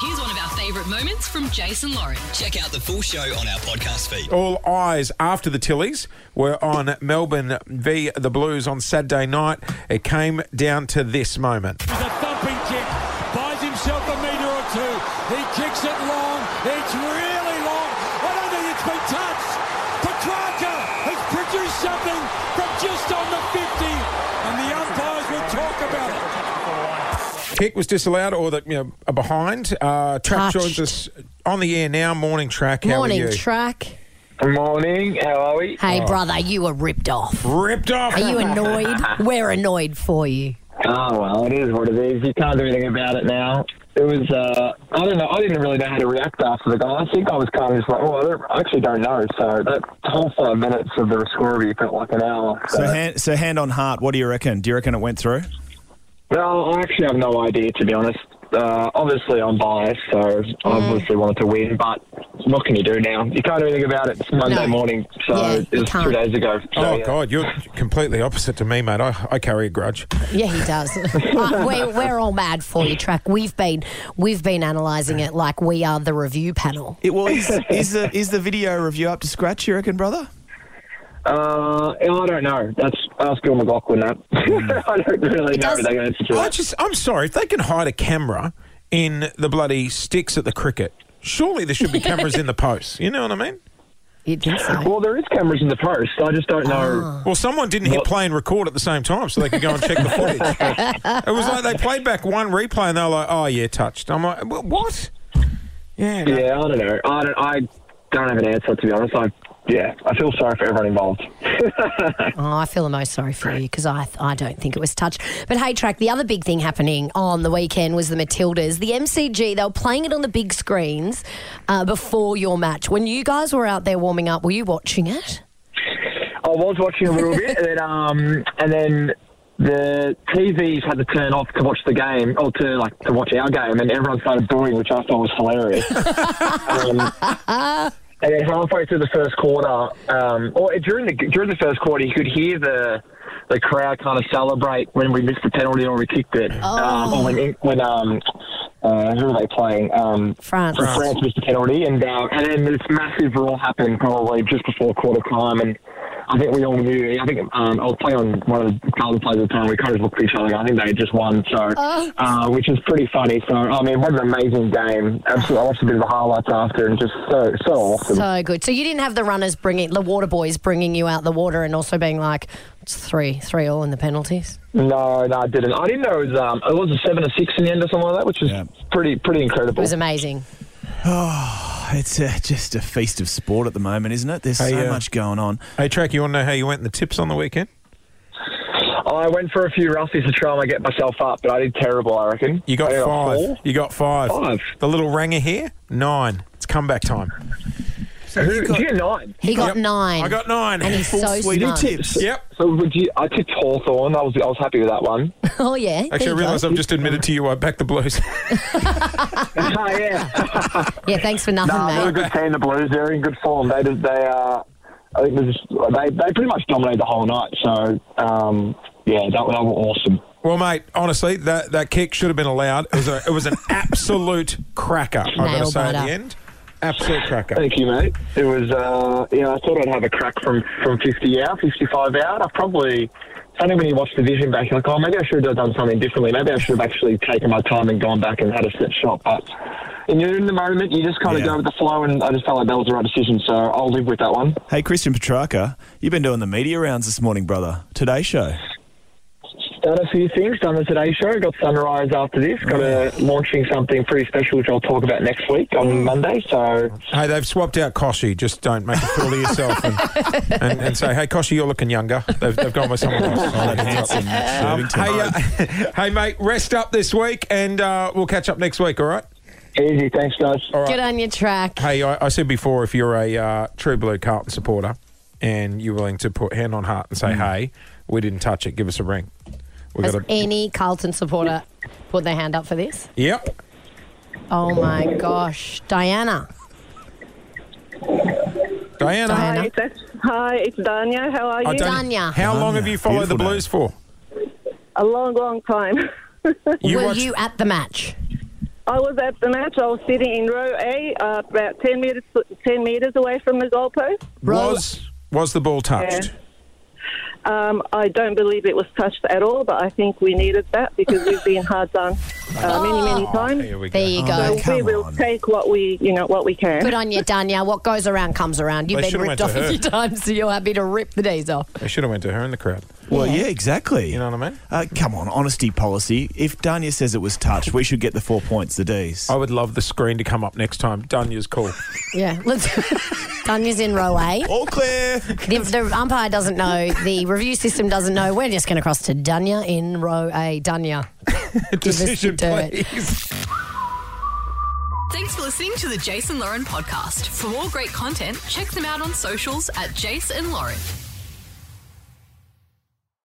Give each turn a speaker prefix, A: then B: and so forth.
A: Here's one of our favourite moments from Jason Lauren.
B: Check out the full show on our podcast feed.
C: All eyes after the Tillies were on Melbourne v the Blues on Saturday night. It came down to this moment.
D: with a thumping kick. Buys himself a metre or two. He kicks it long. It's really long. I don't think it's been touched. Petrarca has produced something from just on the 50, and the umpires will talk about it.
C: Kick was disallowed, or that you know a behind. Uh, Track
E: Touched.
C: joins us on the air now. Morning, Track. How
E: Morning
C: are you?
E: track.
F: Good morning. How are we?
E: Hey, brother, you were ripped off.
C: Ripped off.
E: Are you annoyed? We're annoyed for you.
F: Oh well, it is what it is. You can't do anything about it now. It was. Uh, I don't know. I didn't really know how to react after the guy. I think I was kind of just like, oh, I, don't, I actually don't know. So that whole five minutes of the score felt like an hour.
G: So
F: So-
G: hand, so hand on heart, what do you reckon? Do you reckon it went through?
F: Well, I actually have no idea to be honest. Uh, obviously, I'm biased, so
E: Mm.
F: I obviously wanted to win. But what can you do now? You can't do anything about it. It's Monday
E: No.
F: morning, so
E: Yeah, you
F: it was
E: can't.
F: two days ago. So,
C: Oh
F: yeah.
C: God, you're completely opposite to me, mate. I, I carry a grudge.
E: Yeah, he does. Uh, we're, we're all mad for you, track. We've been we've been analysing it like we are the review panel.
G: It was. is the is the video review up to scratch? You reckon, brother?
F: Uh, I don't know. That's ask Bill McLaughlin that. I don't really know
E: does-
F: the answer to
C: I
F: that.
C: just, I'm sorry. If they can hide a camera in the bloody sticks at the cricket, surely there should be cameras in the posts. You know what I mean?
E: You think so?
F: Well, there is cameras in the post. I just don't know.
C: Well, someone didn't hit play and record at the same time, so they could go and check the footage. it was like they played back one replay and they were like, "Oh yeah, touched." I'm like, "Wh- "What?" Yeah. no.
F: Yeah, I don't know. I don't. I don't have an answer to be honest. I yeah, I feel sorry for everyone involved.
E: Oh, I feel the most sorry for you because I, I don't think it was touched. But hey, track, the other big thing happening on the weekend was the Matildas. The MCG, they were playing it on the big screens uh, before your match. When you guys were out there warming up, were you watching it?
F: I was watching a little bit, and then um, and then the TVs had to turn off to watch the game, or to like to watch our game, and everyone started booing, which I thought was hilarious. um, and then halfway through the first quarter, um, or during the during the first quarter, you could hear the the crowd kind of celebrate when we missed the penalty or we kicked it, um, or when when um. Uh, who are they playing? Um,
E: France.
F: France. missed the penalty, and uh, and then this massive brawl happened probably just before quarter time, and I think we all knew. I think um, I was playing on one of the Carlton players at the time. We kind of looked at each other. I think they had just won, so
E: Oh.
F: uh, which is pretty funny. So I mean, what an amazing game! Absolutely, I watched a bit of the highlights after, and just so so awesome.
E: So good. So you didn't have the runners bringing the water boys bringing you out the water and also being like it's three, three all in the penalties.
F: no, no, I didn't. I didn't know it was um, it was a seven or six in the end or something like that, which is
G: Yeah.
F: pretty pretty incredible.
E: It
C: Oh.
E: was amazing.
G: It's uh, just a feast of sport at the moment, isn't it? There's
C: Hey,
G: so
C: uh,
G: much going on.
C: Hey, track. You want to know how you went in the tips on the weekend?
F: I went for a few roughies to try and get myself up, but I did terrible. I reckon
C: You got
F: I
C: five.
F: four.
C: You got five.
F: Five.
C: The little ranger here, nine. It's comeback time.
F: Who, did you get nine?
E: He got
C: Yep.
E: nine.
C: I got nine.
F: Oh.
E: and he's so
G: We do
E: smart.
G: tips.
C: Yep.
F: So would you? I tipped Hawthorn. I was I was happy with that one.
E: Oh yeah. there
C: Actually, I
E: you go.
C: realise I've just admitted to you I backed the Blues.
F: oh, yeah.
E: Yeah, thanks for nothing,
F: Nah, they're a
E: mate.
F: good team. The Blues. They're in good form. They did- they uh, I think there's- they they pretty much dominated the whole night. So um, yeah, that, that was awesome.
C: well, mate, honestly, that, that kick should have been allowed. It was a, it was an absolute cracker. I've got to
E: Nail
C: say at
E: biter.
C: the end, absolute cracker.
F: Thank you, mate. It was uh, yeah. I thought I'd have a crack from from 50 out, 55 out. I probably. I think when you watch the vision back, you're like, oh, maybe I should have done something differently. Maybe I should have actually taken my time and gone back and had a set shot. But when you're in the moment, you just kind of
G: Yeah.
F: go with the flow, and I just felt like that was the right decision. So I'll live with that one.
G: Hey, Christian Petrarca, you've been doing the media rounds this morning, brother. Today show.
F: done a few things. Done the Today Show. Got Sunrise after this. Got a launching something pretty special, which I'll talk about next week on Monday. So
C: Hey, they've swapped out Koshy. Just don't make a fool of yourself and, and, and say, hey, Koshy, you're looking younger. They've, they've gone with someone else.
G: Oh, that handsome
C: Um,
G: serving time.
C: hey, uh, hey, mate, rest up this week and uh, we'll catch up next week, all right?
F: easy. Thanks, guys.
C: All right.
E: Good on your track.
C: Hey, I, I said before, if you're a uh, True Blue Carlton supporter and you're willing to put hand on heart and
D: Mm.
C: say, "Hey, we didn't touch it," give us a ring. We
E: Has
C: got a
E: any Carlton supporter put their hand up for this?
C: yep.
E: Oh my gosh, Diana.
C: Diana,
E: Diana.
H: Hi, that's, hi, it's Dania. How are
C: Oh,
H: you?
C: Diana,
E: Danya.
C: how long have you followed the
G: Beautiful
C: Blues for?
H: a long, long time.
C: You
E: Were
C: watched-
E: you at the match?
H: I was at the match. I was sitting in row A, uh, about 10 metres, 10 metres away from the goalpost.
E: Row-
C: Was was the ball touched?
H: Um, I don't believe it was touched at all, but I think we needed that because we've been hard done uh, many, many times.
C: Here we go.
E: There you go.
G: Oh,
H: So we
G: Ah. Come
H: will
G: on.
H: take what we, you know, what we can.
E: Good on you, Danya. What goes around comes around. You've
C: They
E: been
C: should've went
E: ripped off
C: to
E: a
C: her.
E: few times, so you're happy to rip the days off.
C: They should have went to her in the crowd.
G: Well, yeah, exactly.
C: You know what I mean?
G: Uh, come on, honesty policy. If Dania says it was touched, we should get the four points, the D's.
C: I would love the screen to come up next time. Dunya's call.
E: Yeah. Let's. Danya's in row A.
G: All clear.
E: The, the umpire doesn't know. The review system doesn't know. We're just going to cross to Dunya in row A. Dunya. us the
C: Decision,
E: dirt.
C: please.
A: Thanks for listening to the Jason Lauren podcast. For more great content, check them out on socials at Jason Lauren.